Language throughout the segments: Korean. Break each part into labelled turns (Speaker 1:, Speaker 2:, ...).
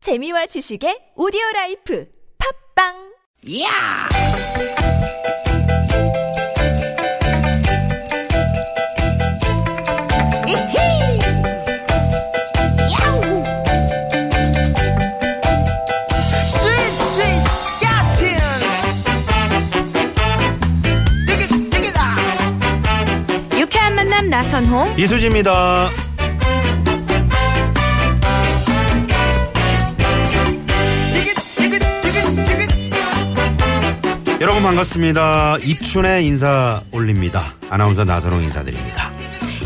Speaker 1: 재미와 지식의 오디오 라이프 팝빵!
Speaker 2: 야! 이히! 야우! 스윗 스윗 스카틴! 띠기 띠기다!
Speaker 3: 유쾌한 만남 나선홍
Speaker 4: 이수지입니다.
Speaker 2: 띠기 띠기 띠기 띠기
Speaker 4: 여러분 반갑습니다. 입춘의 인사 올립니다. 아나운서 나선홍 인사드립니다.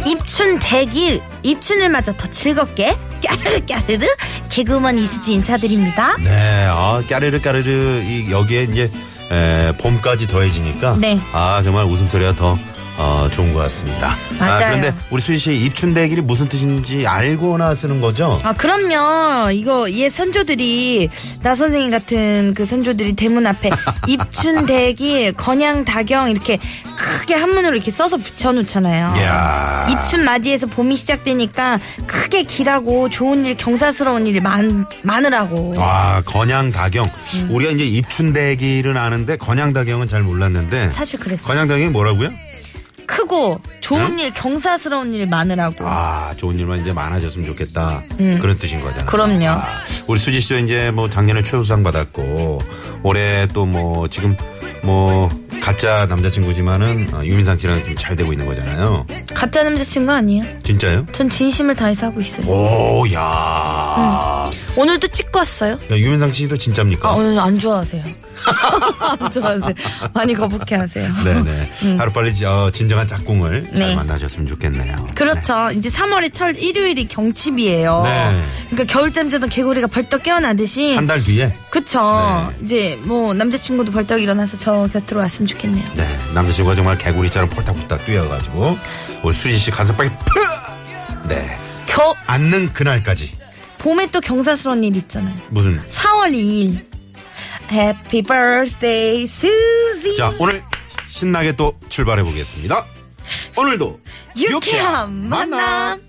Speaker 3: 입춘 대길 입춘을 맞아 더 즐겁게 까르르 까르르 개그우먼 이수지 인사드립니다
Speaker 4: 네, 아, 까르르 까르르 이 여기에 이제 에, 봄까지 더해지니까
Speaker 3: 네.
Speaker 4: 아 정말 웃음소리가 더 어, 좋은 것 같습니다.
Speaker 3: 맞아요.
Speaker 4: 아, 그런데 우리 수지 씨 입춘 대길이 무슨 뜻인지 알고나 쓰는 거죠?
Speaker 3: 아 그럼요 이거 옛 선조들이 나 선생님 같은 그 선조들이 대문 앞에 입춘 대길 건양 다경 이렇게 크게 한문으로 이렇게 써서 붙여놓잖아요
Speaker 4: 이야.
Speaker 3: 입춘 맞이해서 봄이 시작되니까 크게 길하고 좋은 일 경사스러운 일이 많, 많으라고
Speaker 4: 와 건양다경
Speaker 3: 음.
Speaker 4: 우리가 이제 입춘대길은 아는데 건양다경은 잘 몰랐는데
Speaker 3: 사실 그랬어요
Speaker 4: 건양다경이 뭐라고요?
Speaker 3: 크고 좋은 일 경사스러운 일 많으라고
Speaker 4: 아 좋은 일만 이제 많아졌으면 좋겠다 그런 뜻인 거잖아요.
Speaker 3: 음. 그럼요.
Speaker 4: 아, 우리 수지 씨도 이제 뭐 작년에 최우수상 받았고 올해 또 뭐 지금 뭐 가짜 남자친구지만은 어, 유민상 씨랑 좀 잘 되고 있는 거잖아요.
Speaker 3: 가짜 남자친구 아니에요.
Speaker 4: 진짜요?
Speaker 3: 전 진심을 다해서 하고 있어요.
Speaker 4: 오야.
Speaker 3: 오늘도 찍고 왔어요.
Speaker 4: 유민상 씨도 진짜입니까?
Speaker 3: 아, 오늘 안 좋아하세요. 안 좋아하세요. 많이 거북해하세요.
Speaker 4: 네네. 하루빨리 지- 어, 진정한 짝꿍을
Speaker 3: 음. 네.
Speaker 4: 잘 만나셨으면 좋겠네요.
Speaker 3: 그렇죠. 이제 3월의 철 일요일이 경칩이에요.
Speaker 4: 네.
Speaker 3: 그러니까 겨울잠 자던 개구리가 벌떡 깨어나듯이
Speaker 4: 한 달 뒤에
Speaker 3: 그쵸. 이제 뭐 남자친구도 벌떡 일어나서 저 곁으로 왔으면 좋겠네요.
Speaker 4: 네, 남자친구가 정말 개구리처럼 폴딱폴딱 뛰어가지고 우리 수지 씨 가슴 빨리 푸! 네.
Speaker 3: 겨
Speaker 4: 앉는 그날까지
Speaker 3: 봄에 또 경사스러운 일 있잖아요.
Speaker 4: 무슨
Speaker 3: 4월 2일. Happy birthday, Susie.
Speaker 4: 자 오늘 신나게 또 출발해 보겠습니다. 오늘도
Speaker 3: 유쾌한 만남.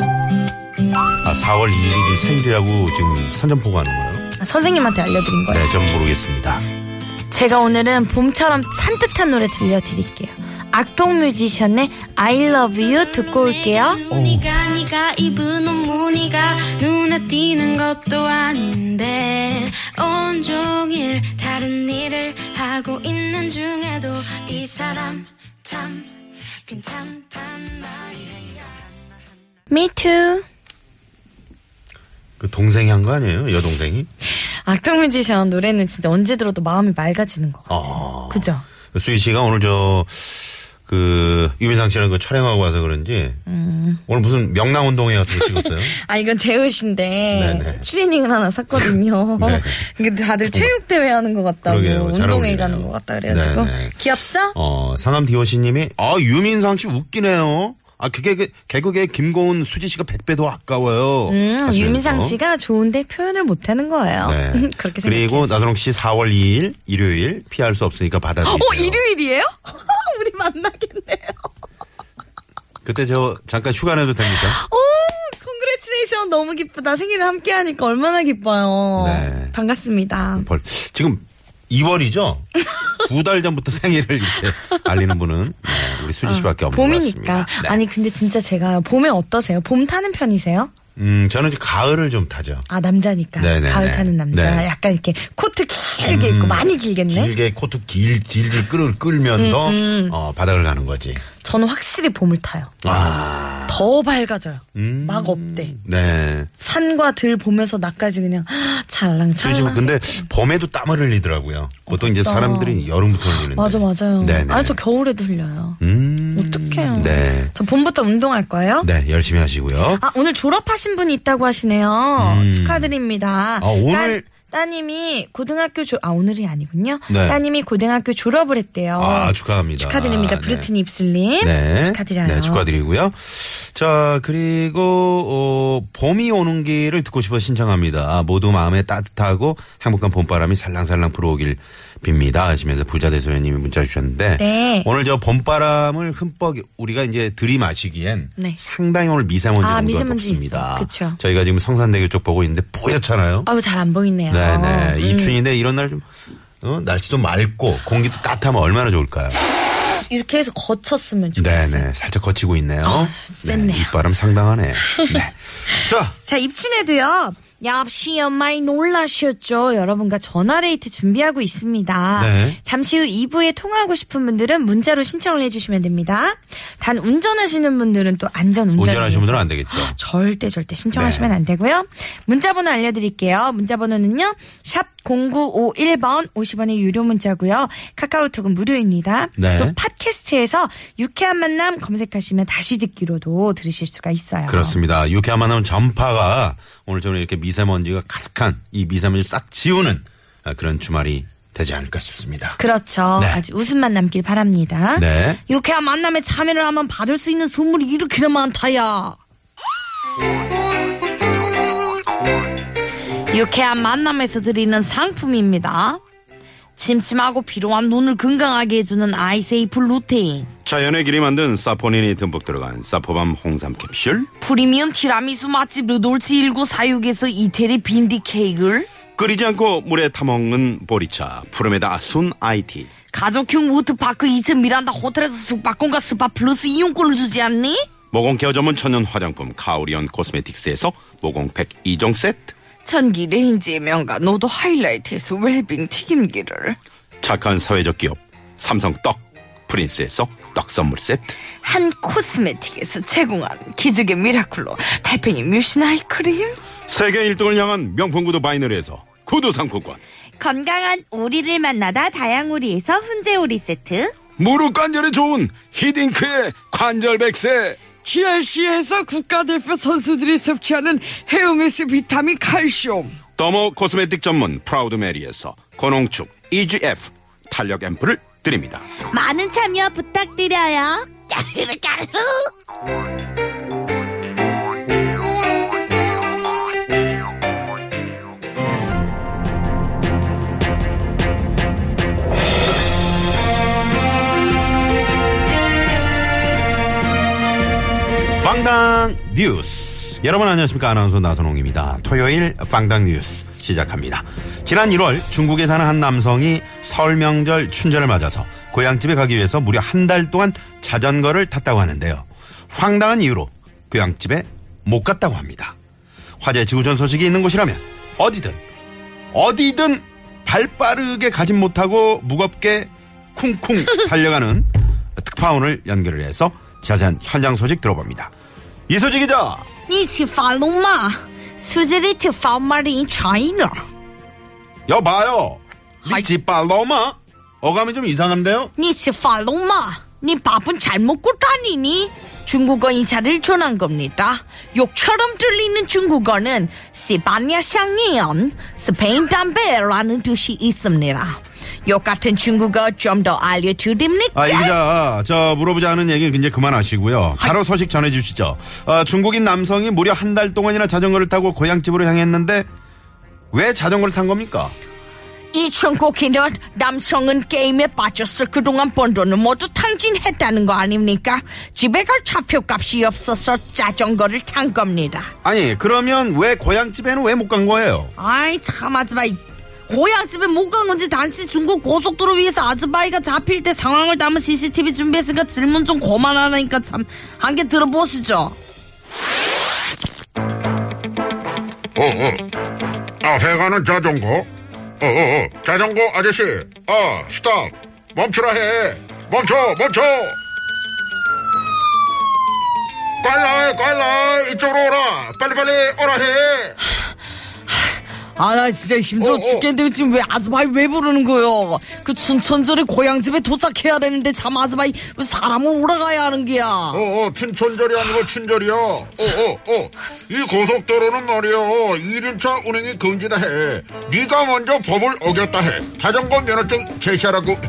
Speaker 4: 아, 4월 2일이 지금 생일이라고 지금 선전포고 하는 거예요?
Speaker 3: 아, 선생님한테 알려드린 거예요.
Speaker 4: 네, 전 모르겠습니다.
Speaker 3: 제가 오늘은 봄처럼 산뜻한 노래 들려드릴게요. 악동 뮤지션의 I Love You 듣고 올게요.
Speaker 5: 네가 네가 입은 옷 무늬가 눈에 띄는 것도 아닌데 온종일 다른 일을 하고 있는 중에도 이 사람 참 괜찮단 말이야
Speaker 3: Me too.
Speaker 4: 그 동생이 한 거 아니에요? 여동생이?
Speaker 3: 악동 뮤지션 노래는 진짜 언제 들어도 마음이 맑아지는 것 같아요.
Speaker 4: 어.
Speaker 3: 그죠?
Speaker 4: 수희 씨가 오늘 저, 그, 유민상 씨랑 그 촬영하고 와서 그런지,
Speaker 3: 음.
Speaker 4: 오늘 무슨 명랑운동회 같은 거 찍었어요?
Speaker 3: 아, 이건 제 옷인데,
Speaker 4: 네네.
Speaker 3: 트레이닝을 하나 샀거든요.
Speaker 4: 네.
Speaker 3: 근데 다들 체육대회 하는 것 같다고,
Speaker 4: 그러게요. 잘
Speaker 3: 운동회
Speaker 4: 어울리네요.
Speaker 3: 가는 것 같다 그래가지고.
Speaker 4: 네네.
Speaker 3: 귀엽죠?
Speaker 4: 어, 상암 디오씨 님이, 아, 유민상 씨 웃기네요. 아, 그게, 그, 개그계 김고은 수지 씨가 100배 더 아까워요.
Speaker 3: 음,
Speaker 4: 하시면서.
Speaker 3: 유민상 씨가 좋은데 표현을 못하는 거예요.
Speaker 4: 네.
Speaker 3: 그렇게 생각해요.
Speaker 4: 그리고 나선홍 씨 4월 2일, 일요일, 피할 수 없으니까 받아들이세요.
Speaker 3: 어, 일요일이에요? 우리 만나겠네요.
Speaker 4: 그때 저, 잠깐 휴가 내도 됩니까?
Speaker 3: 오, 콩그레츄레이션 어, 너무 기쁘다. 생일을 함께 하니까 얼마나 기뻐요.
Speaker 4: 네.
Speaker 3: 반갑습니다.
Speaker 4: 벌, 지금 2월이죠? 두 달 전부터 생일을 이렇게 알리는 분은 네, 우리 수지 씨밖에 없는 것
Speaker 3: 봄이니까.
Speaker 4: 같습니다. 네.
Speaker 3: 아니, 근데 진짜 제가 봄에 어떠세요? 봄 타는 편이세요?
Speaker 4: 음, 저는 이제 가을을 좀 타죠.
Speaker 3: 아, 남자니까.
Speaker 4: 네네네.
Speaker 3: 가을 타는 남자.
Speaker 4: 네. 음.
Speaker 3: 약간 이렇게 코트 길게 입고 많이 길겠네. 음,
Speaker 4: 길게 코트 길, 질질 끌, 끌면서 어, 바닥을 가는 거지.
Speaker 3: 저는 확실히 봄을 타요.
Speaker 4: 아, 음.
Speaker 3: 더 밝아져요. 막 업돼.
Speaker 4: 네.
Speaker 3: 산과 들 보면서 낮까지 그냥
Speaker 4: 수지 씨,
Speaker 3: 잘랑잘랑.
Speaker 4: 근데 봄에도 땀을 흘리더라고요. 보통 이제
Speaker 3: 맞다.
Speaker 4: 사람들이 여름부터 흘리는데.
Speaker 3: 아. 맞아, 맞아요.
Speaker 4: 네네.
Speaker 3: 아니, 저 겨울에도 흘려요.
Speaker 4: 음.
Speaker 3: 어떡해요.
Speaker 4: 네.
Speaker 3: 저 봄부터 운동할 거예요.
Speaker 4: 네, 열심히 하시고요.
Speaker 3: 아, 오늘 졸업하신 분이 있다고 하시네요. 축하드립니다.
Speaker 4: 음. 아, 오늘
Speaker 3: 따님이 고등학교 졸, 아, 오늘이 아니군요.
Speaker 4: 네.
Speaker 3: 따님이 고등학교 졸업을 했대요.
Speaker 4: 아, 축하합니다.
Speaker 3: 축하드립니다.
Speaker 4: 아, 네.
Speaker 3: 브루트니 입술님.
Speaker 4: 네.
Speaker 3: 축하드려요.
Speaker 4: 네, 축하드리고요. 자, 그리고, 어, 봄이 오는 길을 듣고 싶어 신청합니다. 아, 모두 마음에 따뜻하고 행복한 봄바람이 살랑살랑 불어오길 빕니다. 하시면서 부자대소연님이 문자 주셨는데.
Speaker 3: 네.
Speaker 4: 오늘 저 봄바람을 흠뻑 우리가 이제 들이마시기엔.
Speaker 3: 네.
Speaker 4: 상당히 오늘 미세먼지
Speaker 3: 아,
Speaker 4: 농도가
Speaker 3: 미세먼지
Speaker 4: 높습니다.
Speaker 3: 있어. 그쵸.
Speaker 4: 저희가 지금 성산대교 쪽 보고 있는데 뿌옇잖아요.
Speaker 3: 아우, 잘 안 보이네요.
Speaker 4: 네네.
Speaker 3: 음,
Speaker 4: 입춘인데 이런 날 좀, 어, 날씨도 맑고 공기도 따뜻하면 얼마나 좋을까요?
Speaker 3: 음, 이렇게 해서 거쳤으면 좋겠어요.
Speaker 4: 네네. 살짝 거치고 있네요.
Speaker 3: 아, 쎘네요.
Speaker 4: 입바람 상당하네. 네. 자,
Speaker 3: 자, 입춘에도요. 역시 엄마이 놀라셨죠. 여러분과 전화레이트 준비하고 있습니다.
Speaker 4: 네.
Speaker 3: 잠시 후 2부에 통화하고 싶은 분들은 문자로 신청을 해주시면 됩니다. 단 운전하시는 분들은 또 안전
Speaker 6: 네,
Speaker 3: 운전.
Speaker 4: 운전하시는 분들은 안 되겠죠.
Speaker 3: 절대 절대 신청하시면
Speaker 4: 네.
Speaker 3: 안 되고요. 문자번호 알려드릴게요. 문자번호는요. 샵 0951번 50원의 유료 문자고요. 카카오톡은 무료입니다.
Speaker 4: 네.
Speaker 3: 또 팟캐스트에서 유쾌한 만남 검색하시면 다시 듣기로도 들으실 수가 있어요.
Speaker 4: 그렇습니다. 유쾌한 만남 전파가 오늘 저는 이렇게 미세먼지가 가득한 이 미세먼지 싹 지우는 아, 그런 주말이 되지 않을까 싶습니다.
Speaker 3: 그렇죠.
Speaker 4: 네.
Speaker 3: 아주 웃음만 남길 바랍니다.
Speaker 4: 네.
Speaker 3: 유쾌한 만남에 참여를 하면 받을 수 있는 선물이 이렇게나 많다야. 유쾌한 만남에서 드리는 상품입니다. 침침하고 피로한 눈을 건강하게 해주는 아이세이프 루테인,
Speaker 6: 자연의 길이 만든 사포닌이 듬뿍 들어간 사포밤 홍삼 캡슐
Speaker 3: 프리미엄 티라미수 맛집 르돌치 1946에서 이태리 빈디 케이크를,
Speaker 6: 끓이지 않고 물에 타먹는 보리차 푸르메다 순 아이티
Speaker 3: 가족형 워터파크 2층 미란다 호텔에서 숙박권과 스파 플러스 이용권을 주지 않니?
Speaker 6: 모공 케어 전문 천연 화장품 카오리언 코스메틱스에서 모공팩 2종 세트
Speaker 3: 전기 레인지의 명가 노도 하이라이트에서 웰빙 튀김기를
Speaker 6: 착한 사회적 기업 삼성 떡 프린스에서 떡 선물 세트
Speaker 3: 한 코스메틱에서 제공한 기적의 미라클로 달팽이 뮤신 아이크림
Speaker 6: 세계 1등을 향한 명품 구두 바이너리에서 구두 상품권
Speaker 3: 건강한 오리를 만나다 다양오리에서 훈제오리 세트
Speaker 6: 무릎 관절에 좋은 히딩크의 관절 백세
Speaker 7: GRC에서 국가대표 선수들이 섭취하는 헤어메스 비타민 칼슘
Speaker 6: 더모 코스메틱 전문 프라우드 메리에서 고농축 EGF 탄력 앰플을 드립니다
Speaker 3: 많은 참여 부탁드려요
Speaker 4: 빵당 뉴스. 여러분 안녕하십니까. 아나운서 나선홍입니다. 토요일 빵당 뉴스 시작합니다. 지난 1월 중국에 사는 한 남성이 설 명절 춘절을 맞아서 고향집에 가기 위해서 무려 한 달 동안 자전거를 탔다고 하는데요. 황당한 이유로 고향집에 못 갔다고 합니다. 화재 지구촌 소식이 있는 곳이라면 어디든 어디든 발 빠르게 가진 못하고 무겁게 쿵쿵 달려가는 특파원을 연결을 해서 자세한 현장 소식 들어봅니다. 이소지 기자.
Speaker 3: 一起发龙马，世界的头发马的
Speaker 4: 여봐요.
Speaker 3: 아이.
Speaker 4: 니지빨로마 어감이 좀 이상한데요?
Speaker 3: China。你是法龙马，你밥은잘 먹고 다니니? 중국어 인사를 전한 겁니다. 욕처럼 들리는 중국어는 시바니아 샹니언, 스페인 담배라는 뜻이 있습니다. 욕 같은 중국어 좀 더 알려드립니까?
Speaker 4: 아, 이 기자, 저, 물어보지 않은 얘기는 이제 그만하시고요. 바로 소식 전해주시죠. 어, 중국인 남성이 무려 한 달 동안이나 자전거를 타고 고향집으로 향했는데, 왜 자전거를 탄 겁니까?
Speaker 3: 이 천국인은 남성은 게임에 빠졌을 그동안 번 돈을 모두 탕진했다는 거 아닙니까? 집에 갈 차표값이 없어서 자전거를 탄 겁니다.
Speaker 4: 아니, 그러면 왜 고향집에는 왜 못 간 거예요?
Speaker 3: 아이 참 아즈바이 고향집에 못 간 건지 단시 중국 고속도로 위에서 아즈바이가 잡힐 때 상황을 담은 CCTV 준비했으니까 질문 좀 고만하라니까 참 한 개 들어보시죠
Speaker 8: 어, 어. 아, 해가는 자전거? 어, 어, 어. 자전거 아저씨. 아, 스탑. 멈추라 해. 멈춰, 멈춰. 빨라, 빨라. 이쪽으로 오라. 빨리빨리 오라 해.
Speaker 3: 아, 나 진짜 힘들어
Speaker 8: 어, 어.
Speaker 3: 죽겠는데 지금 왜 아즈바이 왜 부르는 거요? 그 춘천절에 고향집에 도착해야 되는데 참 아즈바이 왜 사람을 오라가야 하는 거야?
Speaker 8: 어어 춘천절이 아니고 춘절이야 어어어이 고속도로는 말이야 1인차 운행이 금지다 해 네가 먼저 법을 어겼다 해 자전거 면허증 제시하라고 해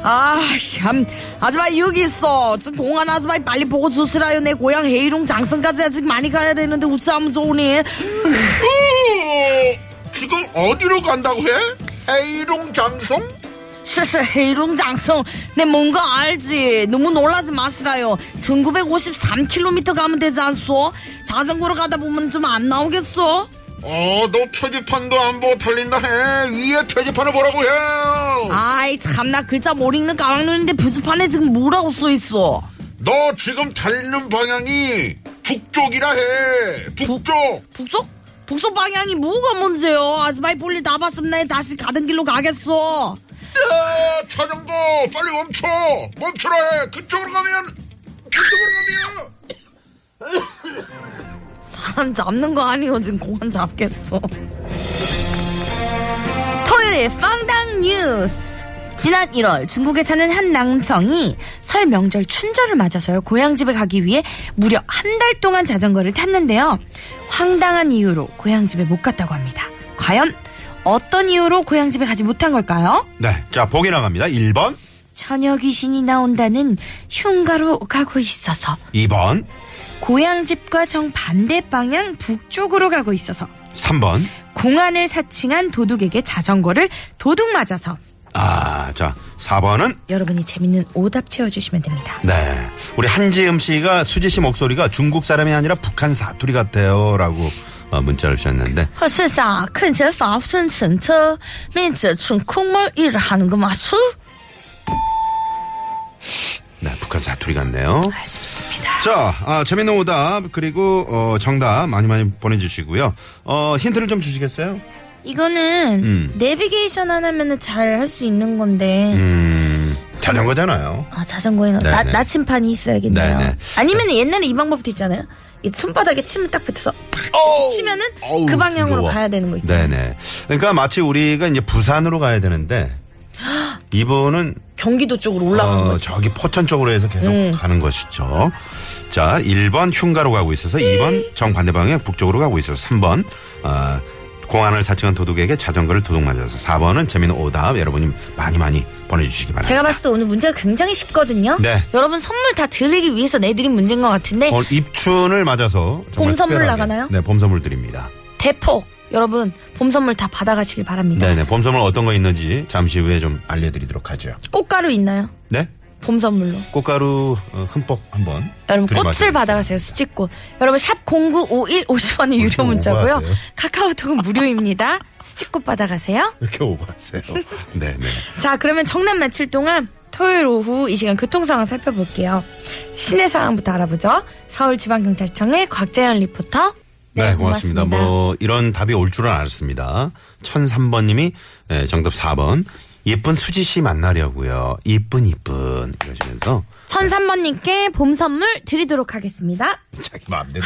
Speaker 3: 아, 참. 아즈바이 여기 있어. 지금 공안 아즈바이 빨리 보고 주시라요. 내 고향 해이롱 장성까지 아직 많이 가야 되는데 우차하면 좋으니.
Speaker 8: 어, 지금 어디로 간다고 해? 에이롱 장송?
Speaker 3: 실실 해이롱 장성. 내 뭔가 알지. 너무 놀라지 마시라요. 1953km 가면 되지 않소? 자전거로 가다 보면 좀 안 나오겠어?
Speaker 8: 어너 표지판도 안 보고 달린다 해 위에 표지판을 보라고 해
Speaker 3: 아이 참나 글자 못 읽는 까막눈인데 표지판에 지금 뭐라고 써 있어?
Speaker 8: 너 지금 달리는 방향이 북쪽이라 해. 북쪽.
Speaker 3: 북쪽? 북쪽 방향이 뭐가 문제요? 아즈바이 볼일 다 봤습니다. 다시 가던 길로 가겠어.
Speaker 8: 야, 자전거 빨리 멈춰. 멈추라 해. 그쪽으로 가면 그쪽으로 가면
Speaker 3: 사람 잡는 거 아니요 지금 공원 잡겠어. 토요일 빵당 뉴스. 지난 1월 중국에 사는 한 남성이 설 명절 춘절을 맞아서요 고향집에 가기 위해 무려 한 달 동안 자전거를 탔는데요 황당한 이유로 고향집에 못 갔다고 합니다. 과연 어떤 이유로 고향집에 가지 못한 걸까요?
Speaker 4: 네. 자, 보기 나갑니다. 1번,
Speaker 3: 처녀 귀신이 나온다는 흉가로 가고 있어서
Speaker 4: 2번,
Speaker 3: 고향집과 정반대 방향 북쪽으로 가고 있어서
Speaker 4: 3번.
Speaker 3: 공안을 사칭한 도둑에게 자전거를 도둑 맞아서
Speaker 4: 아, 자, 4번은
Speaker 3: 여러분이 재밌는 오답 채워주시면 됩니다.
Speaker 4: 네. 우리 한지음 씨가 수지 씨 목소리가 중국 사람이 아니라 북한 사투리 같아요라고 어, 문자를 주셨는데
Speaker 3: 和世上 큰车发生乘车 面子从空门一人하는 거 맞수?
Speaker 4: 네, 북한 사투리 같네요.
Speaker 3: 아쉽습니다.
Speaker 4: 자, 아, 재밌는 오답 그리고 어, 정답 많이 많이 보내주시고요. 어, 힌트를 좀 주시겠어요?
Speaker 3: 이거는
Speaker 4: 음.
Speaker 3: 내비게이션 하나면 잘 할 수 있는 건데
Speaker 4: 음, 자전거잖아요.
Speaker 3: 아 자전거에는
Speaker 4: 네네.
Speaker 3: 나, 나침판이 있어야겠네요.
Speaker 4: 네네.
Speaker 3: 아니면 옛날에 이 방법도 있잖아요. 이 손바닥에 침을 딱 뱉어서 탁 치면은
Speaker 4: 어우,
Speaker 3: 그 방향으로
Speaker 4: 두려워.
Speaker 3: 가야 되는 거 있잖아요.
Speaker 4: 네네. 그러니까 마치 우리가 이제 부산으로 가야 되는데 이분은
Speaker 3: 경기도 쪽으로 올라가는 음.
Speaker 4: 어,
Speaker 3: 거죠.
Speaker 4: 저기 포천 쪽으로 해서 계속 가는 것이죠. 자, 1번 흉가로 가고 있어서
Speaker 3: 음.
Speaker 4: 2번 정반대 방향 북쪽으로 가고 있어서 3번 아, 공안을 사칭한 도둑에게 자전거를 도둑 맞아서 4번은 재미있는 오답 여러분이 많이 많이 보내주시기 바랍니다.
Speaker 3: 제가 봤을 때 오늘 문제가 굉장히 쉽거든요.
Speaker 4: 네. 어.
Speaker 3: 여러분 선물 다 드리기 위해서 내드린 문제인 것 같은데
Speaker 4: 오늘 입춘을 맞아서 정말
Speaker 3: 봄 선물
Speaker 4: 특별하게,
Speaker 3: 나가나요?
Speaker 4: 네, 봄 선물 드립니다.
Speaker 3: 대폭 여러분 봄 선물 다 받아가시길 바랍니다.
Speaker 4: 네, 네, 봄 선물 어떤 거 있는지 잠시 후에 좀 알려드리도록 하죠.
Speaker 3: 꽃가루 있나요?
Speaker 4: 네,
Speaker 3: 봄 선물로.
Speaker 4: 꽃가루 어, 흠뻑 한번.
Speaker 3: 여러분
Speaker 4: 들이마시고.
Speaker 3: 꽃을 받아가세요 수집꽃 여러분 샵 0951
Speaker 4: 아,
Speaker 3: 50원의 유료 문자고요
Speaker 4: 오버하세요.
Speaker 3: 카카오톡은 무료입니다 수집꽃 받아가세요
Speaker 4: 이렇게 오버하세요. 네, 네.
Speaker 3: 자 그러면 정답 맞힐 동안 토요일 오후 이 시간 교통 상황 살펴볼게요 시내 상황부터 알아보죠 서울지방경찰청의 곽재현 리포터
Speaker 4: 네, 고맙습니다. 뭐 이런 답이 올 줄은 알았습니다. 1003번 님이 예, 정답 4번. 예쁜 수지 씨 만나려고요. 예쁜 이쁜 이러시면서
Speaker 3: 1003번님께 봄 선물 드리도록 하겠습니다
Speaker 4: 자기 마음대로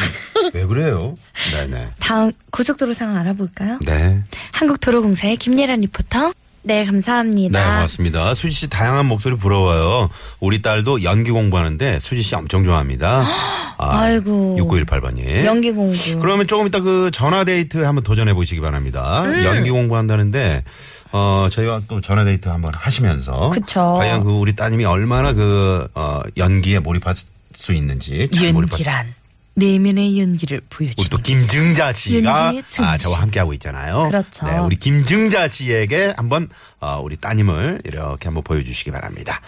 Speaker 4: 왜 그래요? 네, 네.
Speaker 3: 다음 고속도로 상황 알아볼까요
Speaker 4: 네.
Speaker 3: 한국도로공사의 김예란 리포터 네 감사합니다
Speaker 4: 네, 고맙습니다. 수지 씨 다양한 목소리 부러워요. 우리 딸도 연기 공부하는데 수지 씨 엄청 좋아합니다. 아,
Speaker 3: 아이고.
Speaker 4: 6918번 님.
Speaker 3: 연기 공부
Speaker 4: 그러면 조금 이따 그 전화 데이트 한번 도전해 보시기 바랍니다.
Speaker 3: 음.
Speaker 4: 연기 공부한다는데 어 저희와 또 전화 데이트 한번 하시면서
Speaker 3: 그쵸.
Speaker 4: 과연 그 우리 따님이 얼마나 그 어, 연기에 몰입할 수 있는지 잘 몰입할 수
Speaker 3: 내면의 연기를 보여주는
Speaker 4: 우리 또 김증자 씨가
Speaker 3: 연기의 증시.
Speaker 4: 아, 저와 함께하고 있잖아요.
Speaker 3: 그렇죠.
Speaker 4: 네, 우리 김증자 씨에게 한번 어, 우리 따님을 이렇게 한번 보여주시기 바랍니다.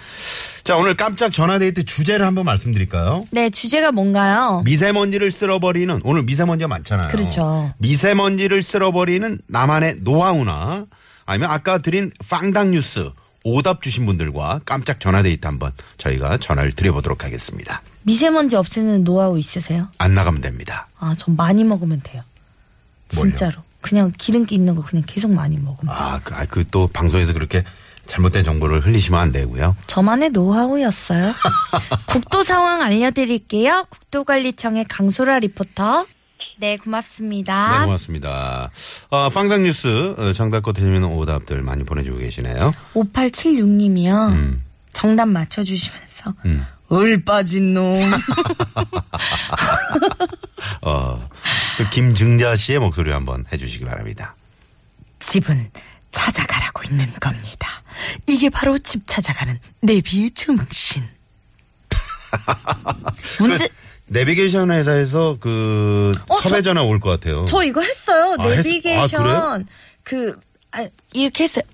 Speaker 4: 자, 오늘 깜짝 전화 데이트 주제를 한번 말씀드릴까요?
Speaker 3: 네 주제가 뭔가요?
Speaker 4: 미세먼지를 쓸어버리는 오늘 미세먼지가 많잖아요.
Speaker 3: 그렇죠.
Speaker 4: 미세먼지를 쓸어버리는 나만의 노하우나 아니면 아까 드린 빵당 뉴스 오답 주신 분들과 깜짝 전화 데이트 한번 저희가 전화를 드려보도록 하겠습니다.
Speaker 3: 미세먼지 없애는 노하우 있으세요?
Speaker 4: 안 나가면 됩니다.
Speaker 3: 아 전 많이 먹으면 돼요
Speaker 4: 뭘요?
Speaker 3: 진짜로 그냥 기름기 있는 거 그냥 계속 많이 먹으면
Speaker 4: 아, 그 또 방송에서 그렇게 잘못된 정보를 흘리시면 안 되고요.
Speaker 3: 저만의 노하우였어요 국도 상황 알려드릴게요 국도관리청의 강소라 리포터 네, 고맙습니다.
Speaker 4: 네, 고맙습니다. 어, 빵당 뉴스 어, 정답과 틀리면 오답들 많이 보내주고 계시네요.
Speaker 3: 5876님이요. 정답 맞춰주시면서. 얼 빠진 놈.
Speaker 4: 어, 그 김증자 씨의 목소리 한번 해주시기 바랍니다.
Speaker 3: 집은 찾아가라고 있는 겁니다. 이게 바로 집 찾아가는 내비의 정신. 문제,
Speaker 4: 그 내비게이션 회사에서 그
Speaker 3: 어,
Speaker 4: 섭외
Speaker 3: 저-
Speaker 4: 전화 올 것 같아요.
Speaker 3: 저 이거 했어요.
Speaker 4: 아, 했-
Speaker 3: 내비게이션.
Speaker 4: 아,
Speaker 3: 그, 아, 이렇게 했어요.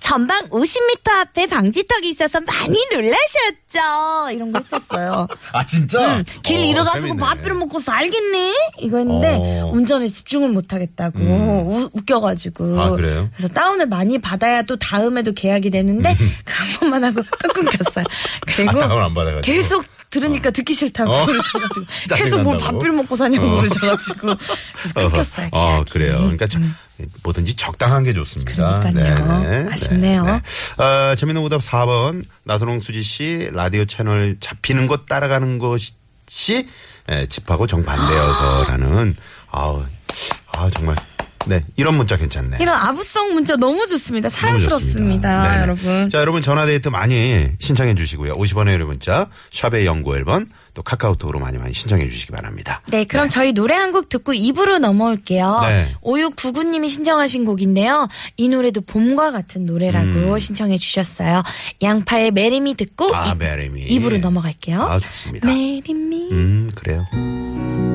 Speaker 3: 전방 50m 앞에 방지턱이 있어서 많이 놀라셨죠? 이런 거 했었어요.
Speaker 4: 아 진짜?
Speaker 3: 응, 음, 길
Speaker 4: 어,
Speaker 3: 잃어가지고
Speaker 4: 재밌네.
Speaker 3: 밥비를 먹고서 알겠네? 이거 했는데,
Speaker 4: 어. 음.
Speaker 3: 운전에 집중을 못하겠다고, 우- 웃겨가지고.
Speaker 4: 아, 그래요?
Speaker 3: 서 다운을 많이 받아야 또 다음에도 계약이 되는데, 그 한 번만 하고 또 끊겼어요.
Speaker 4: 아,
Speaker 3: 그리고
Speaker 4: 다운을 안 받아가지고.
Speaker 3: 계속 들으니까 듣기 싫다고
Speaker 4: 어.
Speaker 3: 그러셔가지고. 계속 뭘
Speaker 4: 짜증난다고?
Speaker 3: 밥비를 먹고 사냐고
Speaker 4: 어.
Speaker 3: 그러셔가지고. 그래서 끊겼어요. 음.
Speaker 4: 어,
Speaker 3: 계약이.
Speaker 4: 그래요. 그러니까 저- 뭐든지 적당한 게 좋습니다.
Speaker 3: 그러니까요. 아쉽네요.
Speaker 4: 어, 재밌는 오답 4번 나선홍 수지 씨 라디오 채널 잡히는 것 따라가는 것이 예, 집하고 정반대여서라는 아우 아 정말 네 이런 문자 괜찮네.
Speaker 3: 이런 아부성 문자 너무
Speaker 4: 너무 좋습니다.
Speaker 3: 좋습니다. 사랑스럽습니다,
Speaker 4: 네네.
Speaker 3: 여러분.
Speaker 4: 자, 여러분 전화데이트 많이 신청해 주시고요. 50원의 유료 문자, 샵의 연구 앨범, 또 카카오톡으로 많이 많이 신청해 주시기 바랍니다.
Speaker 3: 네, 그럼 저희 노래 한 곡 듣고 2부로 넘어올게요.
Speaker 4: 네.
Speaker 3: 5699님이 신청하신 곡인데요. 이 노래도 봄과 같은 노래라고 신청해 주셨어요. 양파의 메리미 듣고
Speaker 4: 음. 아, 메리미.
Speaker 3: 2부로 넘어갈게요.
Speaker 4: 아, 좋습니다.
Speaker 3: 메리미.
Speaker 4: 음, 그래요.